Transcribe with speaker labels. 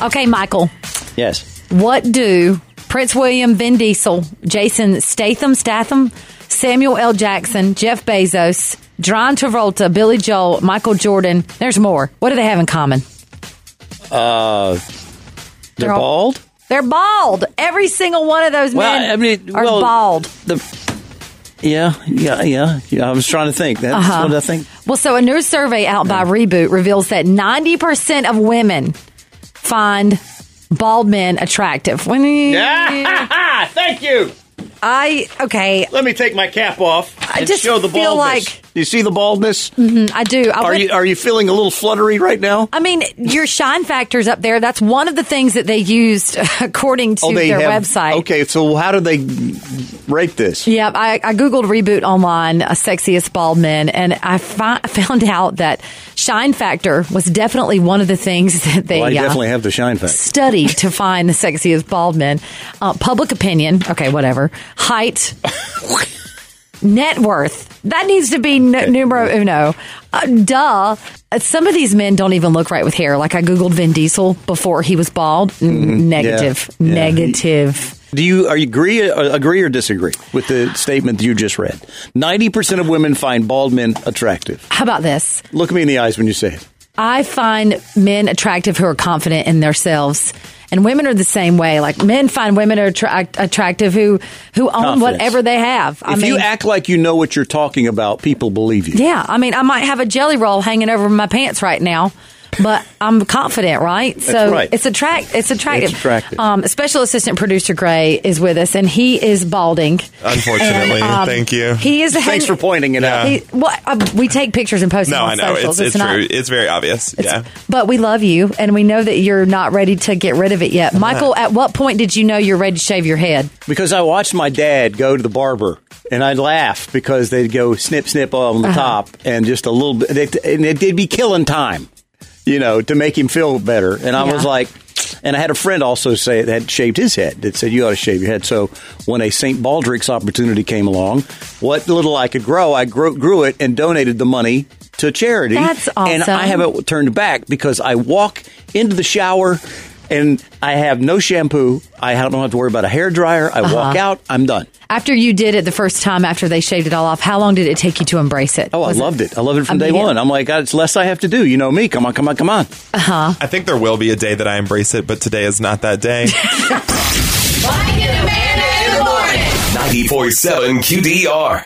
Speaker 1: Okay, Michael.
Speaker 2: Yes.
Speaker 1: What do Prince William, Vin Diesel, Jason Statham, Statham, Samuel L. Jackson, Jeff Bezos, John Travolta, Billy Joel, Michael Jordan? There's more. What do they have in common?
Speaker 2: Uh, they're
Speaker 1: They're all-
Speaker 2: bald.
Speaker 1: They're bald. Every single one of those
Speaker 2: Well,
Speaker 1: men
Speaker 2: I mean,
Speaker 1: are
Speaker 2: well,
Speaker 1: bald.
Speaker 2: The yeah, yeah, yeah, yeah. I was trying to think. That's
Speaker 1: Uh-huh.
Speaker 2: what I think.
Speaker 1: Well, so a new survey out by Reboot reveals that 90% of women find bald men attractive. When you-
Speaker 2: Thank you.
Speaker 1: I okay,
Speaker 2: Let me take my cap off and
Speaker 1: just
Speaker 2: show the
Speaker 1: feel
Speaker 2: baldness.
Speaker 1: like-
Speaker 2: Do you see the baldness?
Speaker 1: mm, I do. I
Speaker 2: Are
Speaker 1: would-
Speaker 2: you are you feeling a little fluttery right now?
Speaker 1: I mean, your shine factor's up there. That's one of the things that they used according to their
Speaker 2: Oh, have-
Speaker 1: website.
Speaker 2: Okay, so how do they rate this?
Speaker 1: Yep, I, I googled reboot online, uh, sexiest bald men, and I fi- found out that shine factor was definitely one of the things that they
Speaker 2: Well, I
Speaker 1: uh,
Speaker 2: definitely have the shine factor.
Speaker 1: studied to find the sexiest bald men. Uh, public opinion, okay, whatever. Height, net worth. That needs to be n- numero uno. Uh, duh. Uh, Some of these men don't even look right with hair. Like I googled Vin Diesel before he was bald. N- Negative,
Speaker 2: Mm-hmm. Yeah. Yeah.
Speaker 1: negative.
Speaker 2: Do you are you agree uh, agree or disagree with the statement you just read? Ninety percent of women find bald men attractive.
Speaker 1: How about this?
Speaker 2: Look me in the eyes when you say it.
Speaker 1: I find men attractive who are confident in themselves. And women are the same way. Like men find women are attract- attractive who who own
Speaker 2: Confidence.
Speaker 1: whatever they have. I
Speaker 2: if you
Speaker 1: mean-
Speaker 2: act like you know what you're talking about, people believe you.
Speaker 1: Yeah, I mean, I might have a jelly roll hanging over my pants right now, but I'm confident, right? so
Speaker 2: right.
Speaker 1: it's attract it's attractive.
Speaker 2: It's attractive.
Speaker 1: Um, special assistant producer Gray is with us, and he is balding.
Speaker 3: Unfortunately,
Speaker 1: And, um,
Speaker 3: thank you.
Speaker 1: He is.
Speaker 2: Thanks for pointing it out.
Speaker 1: He, well, uh, we take pictures and post
Speaker 3: no,
Speaker 1: them on
Speaker 3: I know
Speaker 1: socials.
Speaker 3: it's it's,
Speaker 1: not-
Speaker 3: true. It's very obvious. yeah,
Speaker 1: But we love you, and we know that you're not ready to get rid of it yet. Michael, at what point did you know you're ready to shave your head?
Speaker 2: Because I watched my dad go to the barber, and I'd laugh because they'd go snip, snip on the
Speaker 1: Uh-huh.
Speaker 2: top, and just a little bit, they, and they'd be killing time, you know, to make him feel better. And I
Speaker 1: Yeah.
Speaker 2: was like, and I had a friend also say that had shaved his head that said you ought to shave your head. So when a St. Baldrick's opportunity came along, what little I could grow, I grew, grew it and donated the money to charity.
Speaker 1: That's
Speaker 2: And
Speaker 1: awesome.
Speaker 2: I have it turned back because I walk into the shower and I have no shampoo. I don't have to worry about a hair dryer. I
Speaker 1: Uh-huh.
Speaker 2: walk out. I'm done.
Speaker 1: After you did it the first time, after they shaved it all off, how long did it take you to embrace it?
Speaker 2: Oh,
Speaker 1: Was
Speaker 2: I loved it. I loved it from day
Speaker 1: immediate?
Speaker 2: one. I'm like, God, it's less I have to do. You know me. Come on, come on, come on.
Speaker 3: I think there will be a day that I embrace it, but today is not that day.
Speaker 4: Mike and Amanda in the morning.
Speaker 5: 947 QDR.